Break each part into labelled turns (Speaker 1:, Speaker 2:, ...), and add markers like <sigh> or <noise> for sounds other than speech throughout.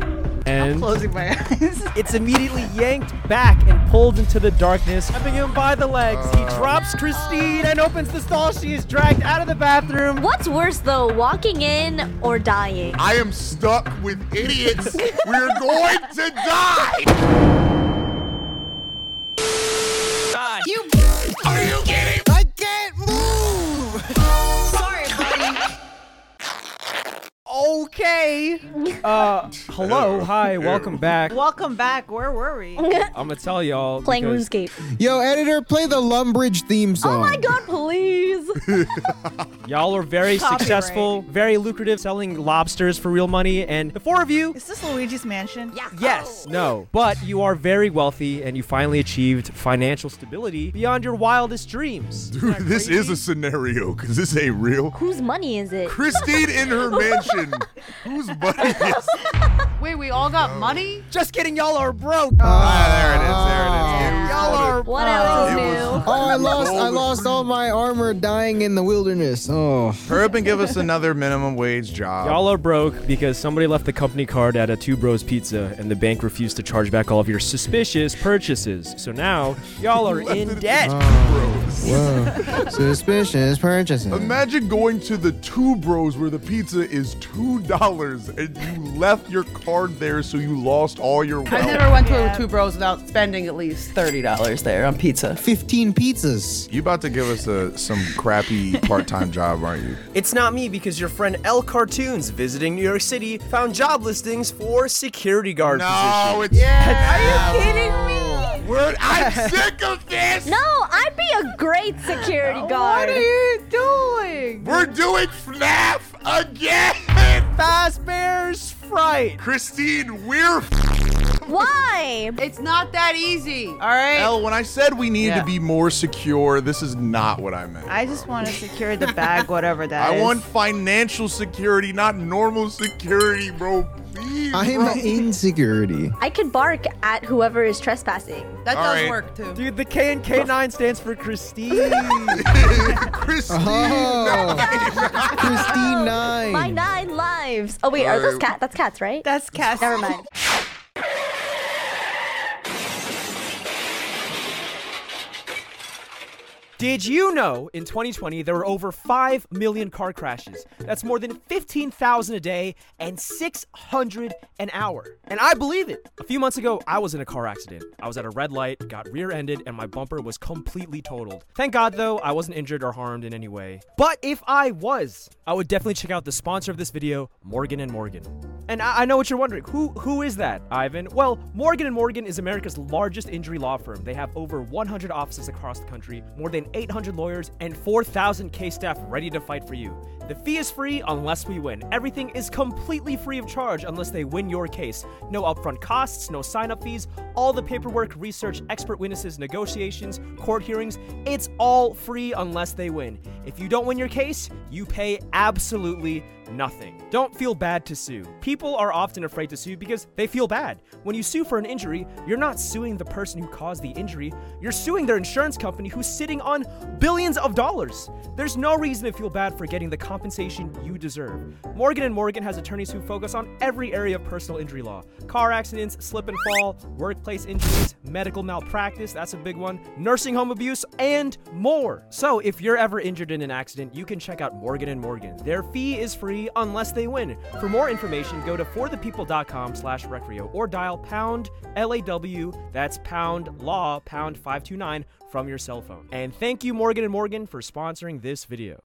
Speaker 1: I'm
Speaker 2: and
Speaker 1: closing my eyes. <laughs>
Speaker 2: it's immediately yanked back and pulled into the darkness, grabbing him by the legs. He drops Christine and opens the stall. She is dragged out of the bathroom.
Speaker 3: What's worse though, walking in or dying?
Speaker 4: I am stuck with idiots. We're going to die.
Speaker 2: Okay. Uh, hello, hi, welcome back.
Speaker 1: Welcome back. Where were we?
Speaker 2: I'm gonna tell y'all.
Speaker 3: Playing
Speaker 2: because-
Speaker 3: RuneScape.
Speaker 5: Yo, editor, play the Lumbridge theme song.
Speaker 3: Oh my god, please!
Speaker 2: Y'all are very
Speaker 1: Copyright.
Speaker 2: successful, very lucrative, selling lobsters for real money, and the four of you.
Speaker 1: Is this Luigi's Mansion?
Speaker 3: yeah.
Speaker 2: Yes, no, but you are very wealthy and you finally achieved financial stability beyond your wildest dreams.
Speaker 4: Dude, this is a scenario because this ain't real.
Speaker 3: Whose money is it?
Speaker 4: Christine in her mansion. Whose buddy is?
Speaker 6: Wait, we all got money?
Speaker 2: Just kidding, y'all are broke.
Speaker 4: Ah, there Ah, it is. There it is.
Speaker 2: y'all are
Speaker 3: What else is
Speaker 4: It
Speaker 3: new?
Speaker 4: was-
Speaker 5: Oh, I lost!
Speaker 4: Roll
Speaker 5: I
Speaker 4: the
Speaker 5: lost all my armor dying in the wilderness. Oh,
Speaker 4: Hurry up and give us another minimum wage job.
Speaker 2: Y'all are broke because somebody left the company card at a Two Bros Pizza and the bank refused to charge back all of your suspicious purchases. So now y'all are in debt.
Speaker 4: Bros.
Speaker 5: <laughs> whoa! Suspicious purchases.
Speaker 4: Imagine going to the Two Bros where the pizza is two dollars and you left your card there, so you lost all your
Speaker 6: I
Speaker 4: wealth.
Speaker 6: never went to
Speaker 1: Yeah.
Speaker 6: Two Bros without spending at least $30 there on pizza.
Speaker 5: Fifteen pizzas.
Speaker 4: you about to give us a, some crappy part-time job, aren't you?
Speaker 7: It's not me because your friend L Cartoons visiting New York City found job listings for security guard
Speaker 4: <laughs> No,
Speaker 7: positions.
Speaker 4: it's yeah.
Speaker 3: Are you kidding me?
Speaker 4: <laughs> We're, I'm sick of this.
Speaker 3: No, I'd be a great security
Speaker 6: What
Speaker 3: guard.
Speaker 6: are you doing?
Speaker 4: We're doing FNAF again.
Speaker 2: Fazbear's Fright.
Speaker 4: Christine, we're
Speaker 3: Why?
Speaker 6: It's not that easy.
Speaker 1: All right.
Speaker 4: L. When I said we need
Speaker 6: Yeah.
Speaker 4: to be more secure, this is not what I meant.
Speaker 1: I just want to secure the bag, whatever that
Speaker 4: I
Speaker 1: is.
Speaker 4: want financial security, not normal security, bro. Please, bro.
Speaker 5: I'm in <laughs> security.
Speaker 3: I could bark at whoever is trespassing.
Speaker 6: That
Speaker 4: All
Speaker 6: does
Speaker 4: right.
Speaker 6: work too.
Speaker 2: Dude, the K and K9 stands for Christine.
Speaker 4: <laughs> Christine.
Speaker 5: Oh, Christine
Speaker 3: My
Speaker 5: nine.
Speaker 3: nine lives. Oh wait, are those cat? That's cats, right?
Speaker 1: That's Cass. <laughs>
Speaker 3: Never mind.
Speaker 2: Did you know in 2020 there were over 5 million car crashes? That's more than 15,000 a day and 600 an hour. And I believe it. A few months ago, I was in a car accident. I was at a red light, got rear ended, and my bumper was completely totaled. Thank God, though, I wasn't injured or harmed in any way. But if I was, I would definitely check out the sponsor of this video, Morgan & Morgan. And I, I know what you're wondering. Who who is that, Ivan? Well, Morgan and Morgan is America's largest injury law firm. They have over 100 offices across the country, more than 800 lawyers, and 4,000 case staff ready to fight for you. The fee is free unless we win. Everything is completely free of charge unless they win your case. No upfront costs, no sign-up fees, all the paperwork, research, expert witnesses, negotiations, court hearings, it's all free unless they win. If you don't win your case, you pay absolutely nothing. Don't feel bad to sue. People are often afraid to sue because they feel bad. When you sue for an injury, you're not suing the person who caused the injury, you're suing their insurance company who's sitting on billions of dollars. There's no reason to feel bad for getting the compensation you deserve. Morgan and Morgan has attorneys who focus on every area of personal injury law. Car accidents, slip and fall, workplace injuries, medical malpractice, that's a big one, nursing home abuse, and more. So, if you're ever injured in an accident, you can check out Morgan and Morgan. Their fee is free unless they win. For more information, go to forthepeople.com/recreo or dial pound LAW. That's pound law pound 529 from your cell phone. And thank you Morgan and Morgan for sponsoring this video.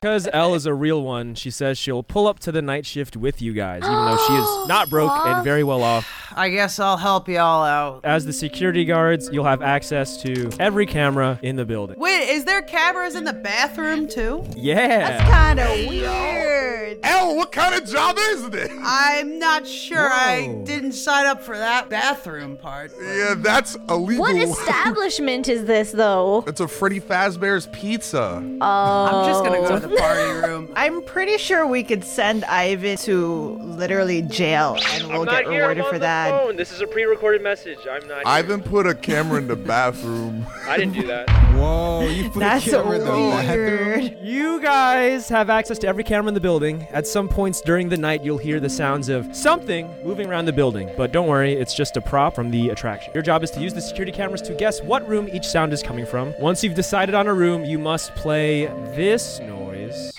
Speaker 2: Because Elle is a real one, she says she'll pull up to the night shift with you guys, even though she is not broke and very well off.
Speaker 6: I guess I'll help y'all out.
Speaker 2: As the security guards, you'll have access to every camera in the building.
Speaker 6: Wait, is there cameras in the bathroom too?
Speaker 2: Yeah.
Speaker 1: Kind of weird.
Speaker 4: L, what kind of job is this?
Speaker 6: I'm not sure. I
Speaker 5: Whoa.
Speaker 6: didn't sign up for that bathroom part.
Speaker 4: Yeah, that's illegal.
Speaker 3: What
Speaker 4: <laughs>
Speaker 3: establishment is this though?
Speaker 4: That's a Freddy Fazbear's Pizza.
Speaker 6: I'm just gonna go to the party <laughs> room.
Speaker 1: I'm pretty sure we could send Ivan to literally jail and we'll get rewarded for that.
Speaker 2: This is a pre-recorded message. I'm not.
Speaker 4: <laughs> Ivan put a camera in the bathroom.
Speaker 2: I didn't do that.
Speaker 5: Whoa, you put
Speaker 1: That's
Speaker 5: a camera in the bathroom?
Speaker 1: weird.
Speaker 2: You guys have access to every camera in the building. At some points during the night, you'll hear the sounds of something moving around the building. But don't worry, it's just a prop from the attraction. Your job is to use the security cameras to guess what room each sound is coming from. Once you've decided on a room, you must play this noise.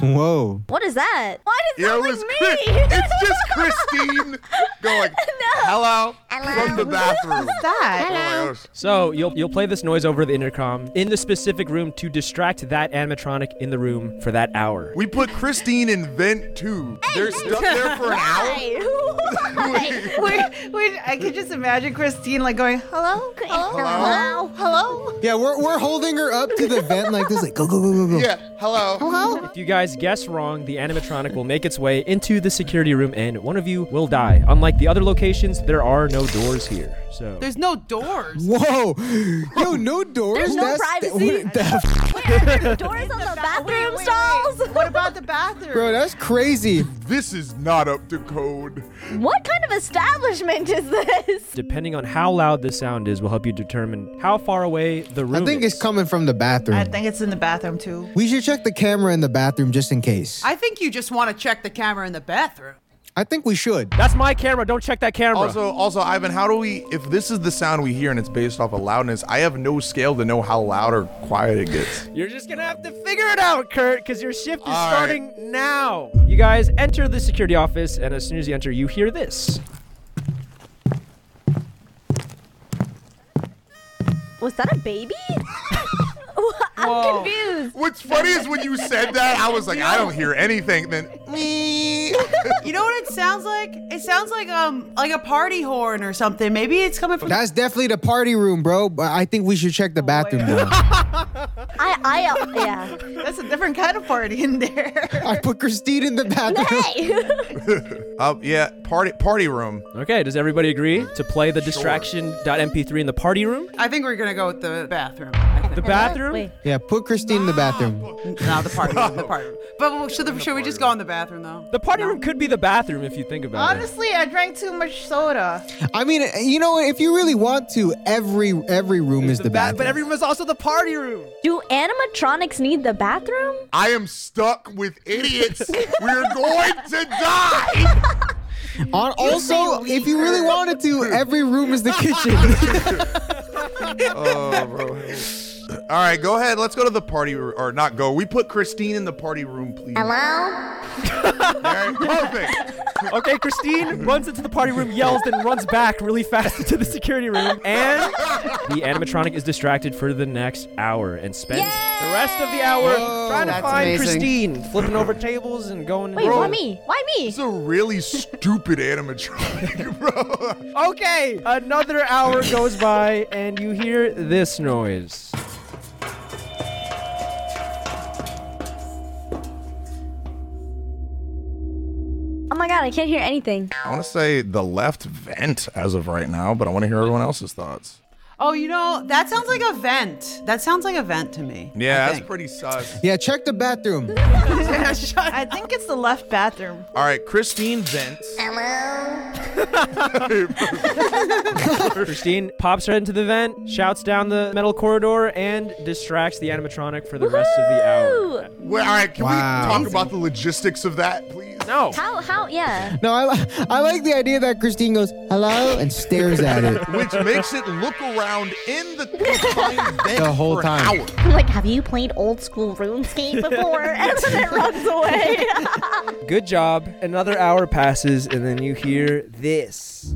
Speaker 5: Whoa.
Speaker 3: What is that? Why did it
Speaker 4: Yeah, it
Speaker 3: sound
Speaker 4: was
Speaker 3: like
Speaker 4: Chris.
Speaker 3: me? <laughs>
Speaker 4: It's just Christine going, <laughs> hello, from the bathroom. Oh
Speaker 1: That.
Speaker 4: Hello.
Speaker 2: So you'll you'll play this noise over the intercom in the specific room to distract that animatronic in the room for that hour.
Speaker 4: We put Christine in vent two. They're stuck there <laughs> for an hour.
Speaker 3: Why?
Speaker 1: <laughs>
Speaker 3: <laughs>
Speaker 1: Wait, wait, I could just imagine Christine like going, hello?
Speaker 3: Hello? Hello?
Speaker 5: Yeah, we're, we're holding her up to the vent like this, like go go go go go.
Speaker 4: Yeah, hello.
Speaker 2: If you guys guess wrong, the animatronic will make its way into the security room and one of you will die. Unlike the other locations, there are no doors here. So
Speaker 8: There's no doors.
Speaker 5: Whoa. Yo, no doors.
Speaker 3: There's no
Speaker 5: th- <laughs>
Speaker 3: privacy.
Speaker 5: what the f-
Speaker 3: Where? Doors on the bathroom stalls?
Speaker 1: <laughs> What about the bathroom?
Speaker 5: Bro, that's crazy.
Speaker 4: This is not up to code.
Speaker 3: What kind of establishment is this?
Speaker 2: depending on how loud the sound is will help you determine how far away the room
Speaker 5: I think
Speaker 2: is.
Speaker 5: it's coming from the bathroom.
Speaker 1: I think it's in the bathroom too.
Speaker 5: we should check the camera in the bathroom just in case. I,
Speaker 8: I think you just want to check the camera in the bathroom.
Speaker 5: think we should.
Speaker 2: That's my camera. Don't check that camera.
Speaker 4: Also, also, Ivan, how do we? If this is the sound we hear and it's based off of loudness, I have no scale to know how loud or quiet it gets.
Speaker 2: You're just gonna have to figure it out, Kurt, because your shift is
Speaker 4: All right.
Speaker 2: starting now. You guys enter the security office, and as soon as you enter, you hear this.
Speaker 3: Was that a baby? <laughs> I'm confused.
Speaker 4: What's funny is when you said that, I was like, I don't hear anything. Then me.
Speaker 8: You know what it sounds like? It sounds like um like a party horn or something. Maybe it's coming from.
Speaker 5: That's definitely the party room, bro. But I think we should check the bathroom though.
Speaker 3: I, I, uh, yeah.
Speaker 1: That's a different kind of party in there. <laughs>
Speaker 5: I put Christine in the bathroom.
Speaker 3: Hey!
Speaker 4: <laughs> Uh, yeah, party party room.
Speaker 2: Okay, does everybody agree to play the distraction.mp3 in the party room?
Speaker 8: I think we're gonna go with the bathroom. I think.
Speaker 2: The bathroom?
Speaker 3: Wait.
Speaker 5: Yeah, put Christine in the bathroom.
Speaker 8: no, the party room.
Speaker 4: <laughs>
Speaker 8: The party room. But well, should, the, should we just go in the bathroom though?
Speaker 2: The party room could be the bathroom if you think about it.
Speaker 1: Honestly, I drank too much soda.
Speaker 5: I mean, you know, if you really want to, every every room is the, bathroom.
Speaker 2: But every room is also the party room.
Speaker 3: <laughs> Do animatronics need the bathroom?
Speaker 4: I am stuck with idiots. We're going to die.
Speaker 5: On, also, if you really wanted to, every room is the kitchen. <laughs>
Speaker 4: Oh, bro. All right, go ahead. Let's go to the party room, or not go. We put Christine in the party room, please.
Speaker 3: Hello?
Speaker 4: All right, perfect.
Speaker 2: Okay, Christine runs into the party room, yells, then runs back really fast <laughs> into the security room, and the animatronic is distracted for the next hour and spends the rest of the hour trying to
Speaker 8: That's
Speaker 2: find
Speaker 8: amazing.
Speaker 2: Christine, flipping over tables and going.
Speaker 3: Wait,
Speaker 2: Bro.
Speaker 3: why me? Why me?
Speaker 4: It's a really stupid animatronic, <laughs> bro.
Speaker 2: Okay, another hour goes by, and you hear this noise.
Speaker 3: Oh my god, I can't hear anything.
Speaker 4: I want to say the left vent as of right now, but I want to hear everyone else's thoughts.
Speaker 8: Oh, you know that sounds like a vent. That sounds like a vent to me.
Speaker 4: Yeah,
Speaker 8: I
Speaker 4: that's
Speaker 8: think.
Speaker 4: pretty sus.
Speaker 5: yeah, check the bathroom.
Speaker 1: I think it's the left bathroom.
Speaker 4: All right, Christine vents. <laughs>
Speaker 2: Christine pops right into the vent, shouts down the metal corridor, and distracts the animatronic for the rest of the hour.
Speaker 3: Woo!
Speaker 4: Well, all right, can
Speaker 5: Wow.
Speaker 4: we talk about the logistics of that, please?
Speaker 2: No.
Speaker 3: How, how, yeah. <laughs>
Speaker 5: No, I, li- I like the idea that Christine goes, hello, and stares at it.
Speaker 4: Which makes it look around in the confined vent
Speaker 5: <laughs> The whole
Speaker 4: for An
Speaker 5: time.
Speaker 4: hour.
Speaker 3: I'm like, have you played old school RuneScape <laughs> before? and then it runs <laughs> away.
Speaker 2: Good job. Another hour passes, and then you hear this.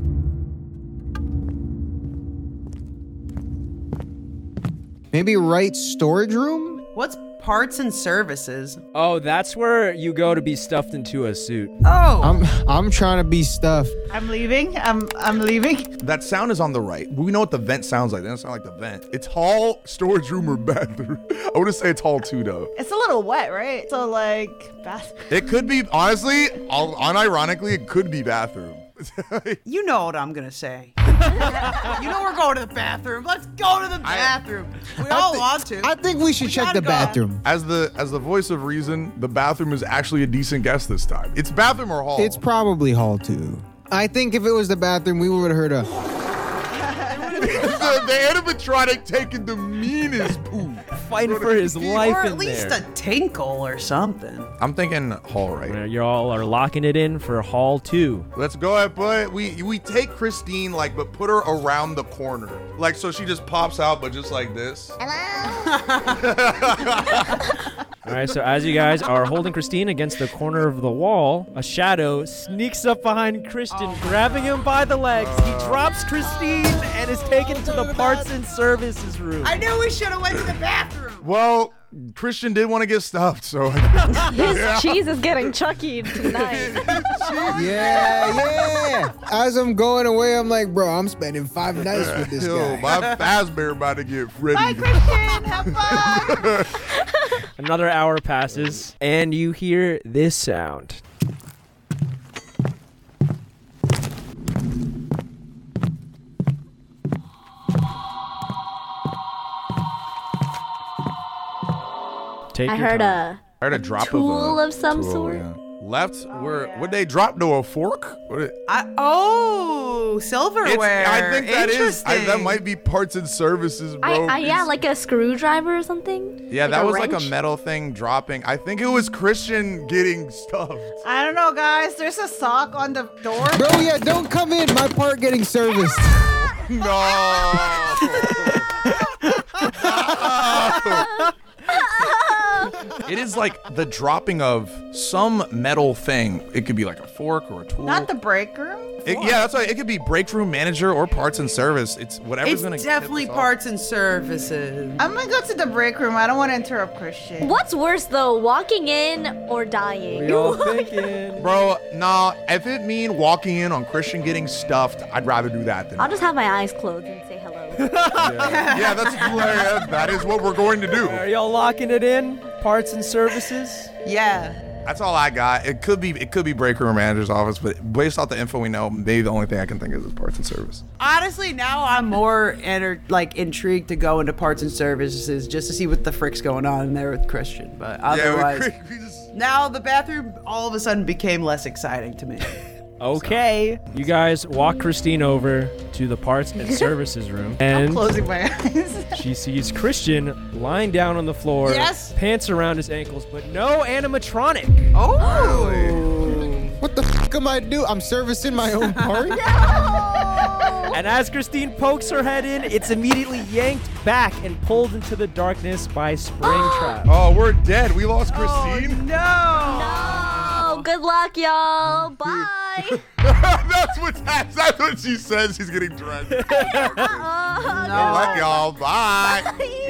Speaker 5: Maybe right storage room?
Speaker 8: What's parts and services?
Speaker 2: Oh, that's where you go to be stuffed into a suit.
Speaker 8: Oh,
Speaker 5: I'm I'm trying to be stuffed.
Speaker 1: I'm leaving. I'm I'm leaving.
Speaker 4: That sound is on the right. We know what the vent sounds like. It doesn't sound like the vent. It's hall, storage room, or bathroom. <laughs> I want to say it's hall two, though.
Speaker 1: It's a little wet, right? So like bath.
Speaker 4: It could be, honestly, all, unironically, it could be bathroom. <laughs>
Speaker 8: you know what I'm gonna say. you know we're going to the bathroom. Let's go to the bathroom. we all
Speaker 5: thi-
Speaker 8: want to.
Speaker 5: I think we should check
Speaker 8: gotta
Speaker 5: the
Speaker 8: go.
Speaker 5: bathroom.
Speaker 4: As the as the voice of reason, the bathroom is actually a decent guess this time. It's bathroom or <laughs> hall.
Speaker 5: It's probably hall two. I think if it was the bathroom, we would have heard a.
Speaker 4: the, the animatronic taking the meanest poo.
Speaker 2: Fighting for his life
Speaker 8: or
Speaker 2: in
Speaker 8: at least
Speaker 2: there.
Speaker 8: a tinkle or something.
Speaker 4: I'm thinking Hall right.
Speaker 2: Y'all are locking it in for Hall 2.
Speaker 4: Let's go ahead, but we we take Christine like, but put her around the corner, like so she just pops out, but just like this.
Speaker 9: All right, so as you guys are holding Christine against the corner of the wall, a shadow sneaks up behind
Speaker 3: Oh.
Speaker 9: Christian,
Speaker 2: Grabbing him by the legs, he drops Christine and is taken to the parts and services room.
Speaker 8: I knew we should have went to the bathroom.
Speaker 4: Well, Christian did want to get stopped, so <laughs>
Speaker 2: <laughs>
Speaker 3: His cheese is getting chucky tonight.
Speaker 5: Yeah, yeah. As I'm going away, I'm like, bro, I'm spending five nights with this
Speaker 4: yo,
Speaker 5: guy.
Speaker 4: my Fazbear about to get ready.
Speaker 8: <laughs>
Speaker 9: another hour passes, and you hear this sound. Take
Speaker 3: I
Speaker 9: your
Speaker 3: heard uh,
Speaker 9: time.
Speaker 3: a
Speaker 4: I heard a drop
Speaker 3: tool of some sort. Oh,
Speaker 4: Left where would they drop to a fork? What it-
Speaker 8: I, oh,
Speaker 4: it's-
Speaker 8: silverware.
Speaker 4: I think that is. I,
Speaker 8: Interesting.
Speaker 4: that might be parts and services,
Speaker 3: I,
Speaker 4: bro.
Speaker 3: I, yeah,
Speaker 4: It's-
Speaker 3: like a screwdriver or something.
Speaker 4: yeah, that was like a
Speaker 3: wrench.
Speaker 4: metal thing dropping. I think it was Christian getting <laughs> stuffed.
Speaker 1: I don't know, guys. There's a sock on the door.
Speaker 5: Bro, yeah, don't come in. My part getting serviced.
Speaker 4: No.
Speaker 3: <laughs>
Speaker 4: it is like the dropping of some metal thing. It could be like a fork or a tool.
Speaker 1: Not the break room.
Speaker 4: It- yeah, that's right. It could be breakthrough manager or parts and service. It's whatever's
Speaker 8: It's
Speaker 4: gonna. tip
Speaker 8: definitely
Speaker 4: us off.
Speaker 8: parts and services.
Speaker 1: I'm gonna go to the break room. I don't want to interrupt Christian.
Speaker 3: <laughs> What's worse though, walking in or dying? <laughs>
Speaker 2: Y'all thinking.
Speaker 4: Bro, nah. If it mean walking in on Christian getting stuffed, I'd rather do that
Speaker 8: <laughs>
Speaker 4: than.
Speaker 3: I'll just have my eyes closed and say
Speaker 4: <laughs>
Speaker 3: hello.
Speaker 4: yeah, that's hilarious. that is what we're going to do.
Speaker 2: Are y'all locking it in? Parts and services?
Speaker 8: Yeah.
Speaker 4: That's all I got. It could be it could be break room manager's office, but based off the info we know, maybe the only thing I can think of is parts and service.
Speaker 8: Honestly, now I'm more enter- like intrigued to go into parts and services just to see what the frick's going on in there with Christian. But otherwise,
Speaker 4: <laughs> we, we just
Speaker 8: now the bathroom all of a sudden became less
Speaker 4: <laughs>
Speaker 8: exciting to me.
Speaker 9: Okay. You guys walk Christine over to the parts and services room, and
Speaker 1: Closing my eyes.
Speaker 9: she sees Christian lying down on the floor,
Speaker 8: Yes.
Speaker 9: pants around his ankles, but no animatronic.
Speaker 8: Oh.
Speaker 5: What the f am I do? I'm servicing my own part?
Speaker 9: And as Christine pokes her head in, it's immediately yanked back and pulled into the darkness by Springtrap.
Speaker 4: Oh, we're dead. We lost Christine.
Speaker 3: oh, good luck, y'all.
Speaker 4: <laughs>
Speaker 3: Bye. <laughs>
Speaker 4: that's what that's, that's what she says. She's getting dragged. Good
Speaker 3: Uh,
Speaker 4: luck, y'all. Bye,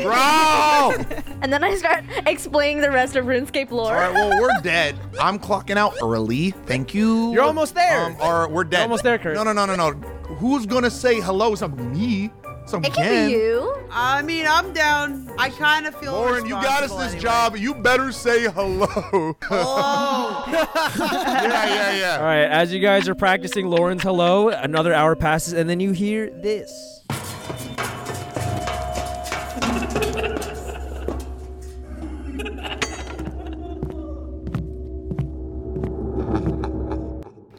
Speaker 4: bro.
Speaker 3: <laughs> and then I start explaining the rest of RuneScape lore.
Speaker 4: All right, well, we're dead. I'm clocking out early. Thank you.
Speaker 9: You're almost there.
Speaker 4: Um, or we're dead.
Speaker 9: almost there, Kurt.
Speaker 4: No, no, no, no, no. Who's gonna say hello? It's not me. It's not
Speaker 3: it can be you.
Speaker 4: <laughs>
Speaker 8: I mean, I'm down. I kind of feel.
Speaker 4: Lauren, you got us
Speaker 8: responsible
Speaker 4: this
Speaker 8: anyway.
Speaker 4: job. You better say hello. <laughs>
Speaker 8: Oh,
Speaker 4: yeah, yeah, yeah.
Speaker 9: All right, as you guys are practicing Lauren's hello, another hour passes, and then you hear this.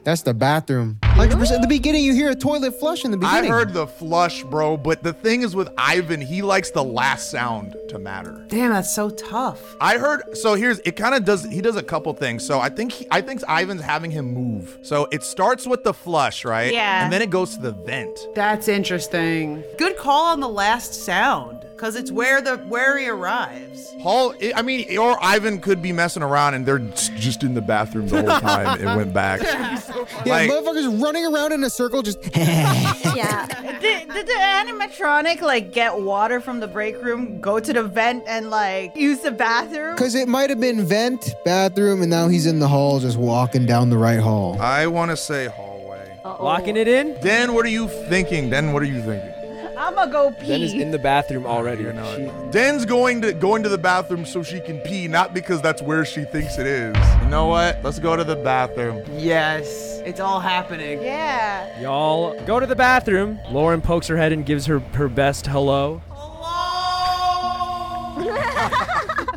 Speaker 5: That's the bathroom. 100%. At the beginning, you hear a toilet flush in the
Speaker 4: I
Speaker 5: beginning.
Speaker 4: heard the flush, bro, but the thing is with Ivan, he likes the last sound to matter.
Speaker 8: damn, that's so tough.
Speaker 4: I heard so here's it kind of does he does a couple things. So I think he, I think Ivan's having him move. So it starts with the flush, right?
Speaker 1: Yeah.
Speaker 4: And then it goes to the vent.
Speaker 8: That's interesting. Good call on the last sound, cause it's where the where he arrives.
Speaker 4: Hall I- I mean or Ivan could be messing around and they're just in the bathroom the whole time and went
Speaker 8: <laughs>
Speaker 4: back.
Speaker 5: Yeah,
Speaker 4: like-
Speaker 5: motherfuckers running around in a circle just. <laughs>
Speaker 3: Yeah.
Speaker 1: Did, did the animatronic like get water from the break room, go to the vent, and like use the bathroom?
Speaker 5: Because it might have been vent, bathroom, and now he's in the hall just walking down the right hall.
Speaker 4: I want to say hallway.
Speaker 9: Locking it in?
Speaker 4: Dan, what are you thinking? Dan, what are you thinking?
Speaker 1: I'm gonna go pee.
Speaker 9: Ben is in the bathroom already. She-
Speaker 4: Dan's going to going to the bathroom so she can pee, not because that's where she thinks it is. You know what? Let's go to the bathroom.
Speaker 8: Yes, it's all happening.
Speaker 1: yeah.
Speaker 9: Y'all go to the bathroom. Lauren pokes her head and gives her her best hello.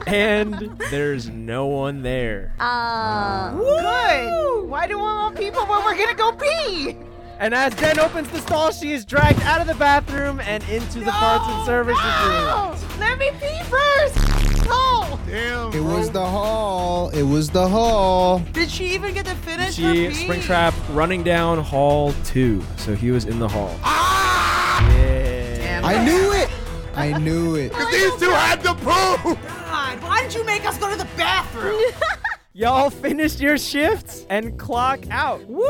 Speaker 9: And there's no one there.
Speaker 3: Uh,
Speaker 1: Good. Why do we want people when we're gonna go pee?
Speaker 2: And as Den opens the stall, she is dragged out of the bathroom and into the parts and services room.
Speaker 1: Let me pee first. Oh.
Speaker 4: Damn.
Speaker 5: It was the hall. It was the hall.
Speaker 10: Did she even get to finish
Speaker 2: She Springtrap running down hall two. So he was in the hall.
Speaker 4: Ah!
Speaker 2: Yeah.
Speaker 5: I knew it. I knew it.
Speaker 4: These two had to poo.
Speaker 10: Why did you make us go to the bathroom?
Speaker 2: Y'all finished your shifts and clock out. Woo!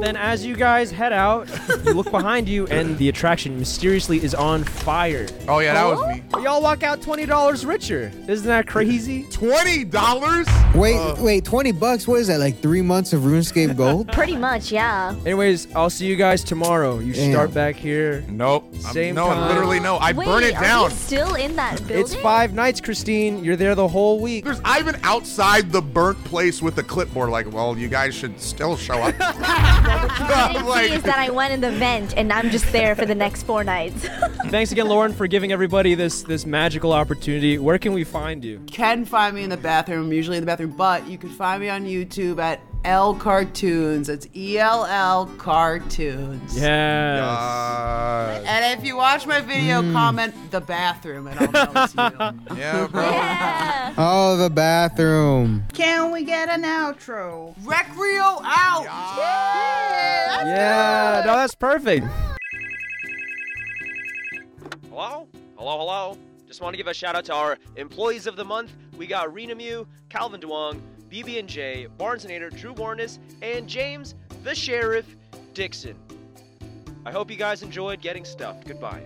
Speaker 2: Then, as you guys head out, you look behind you, and the attraction mysteriously is on fire.
Speaker 4: Oh yeah, that was me.
Speaker 2: Y'all walk out $20 richer. Isn't that crazy?
Speaker 4: Twenty dollars. Uh,
Speaker 5: Wait, wait, 20 bucks? What is that? Like three months of RuneScape gold?
Speaker 3: Pretty much, yeah.
Speaker 2: Anyways, I'll see you guys tomorrow. You
Speaker 5: Damn.
Speaker 2: start back here.
Speaker 4: Nope. I'm-
Speaker 2: Same
Speaker 4: no,
Speaker 2: time.
Speaker 4: literally no. I
Speaker 3: Wait,
Speaker 4: burn it
Speaker 3: are
Speaker 4: down.
Speaker 3: we still in that building?
Speaker 2: It's five nights, Christine. You're there the whole week.
Speaker 4: There's Ivan outside the burnt place with a clipboard, like, well, you guys should still show
Speaker 5: <laughs>
Speaker 4: up.
Speaker 3: What I
Speaker 4: I'm
Speaker 3: <laughs> see is
Speaker 4: like,
Speaker 3: that I went in the vent and I'm just there for the next four nights. <laughs>
Speaker 2: Thanks again, Lauren, for giving everybody this this magical opportunity. Where can we find you?
Speaker 8: can find me in the bathroom, usually in the bathroom, but you can find me on YouTube at L Cartoons. That's E L L Cartoons.
Speaker 2: Yes.
Speaker 4: uh,
Speaker 8: And if you watch my video, comment the bathroom and I'll know it's you.
Speaker 4: yeah, bro.
Speaker 3: yeah.
Speaker 5: Oh, the bathroom.
Speaker 1: <laughs> Can we get an outro?
Speaker 8: Recreo out!
Speaker 2: Yeah. No, that's perfect.
Speaker 11: Hello? Hello, hello. Just want to give a shout out to our employees of the month. We got Rena Mew, Calvin Duong, BB&J, Barnesonator, Drew Warnes, and James the Sheriff Dixon. I hope you guys enjoyed getting stuffed. Goodbye.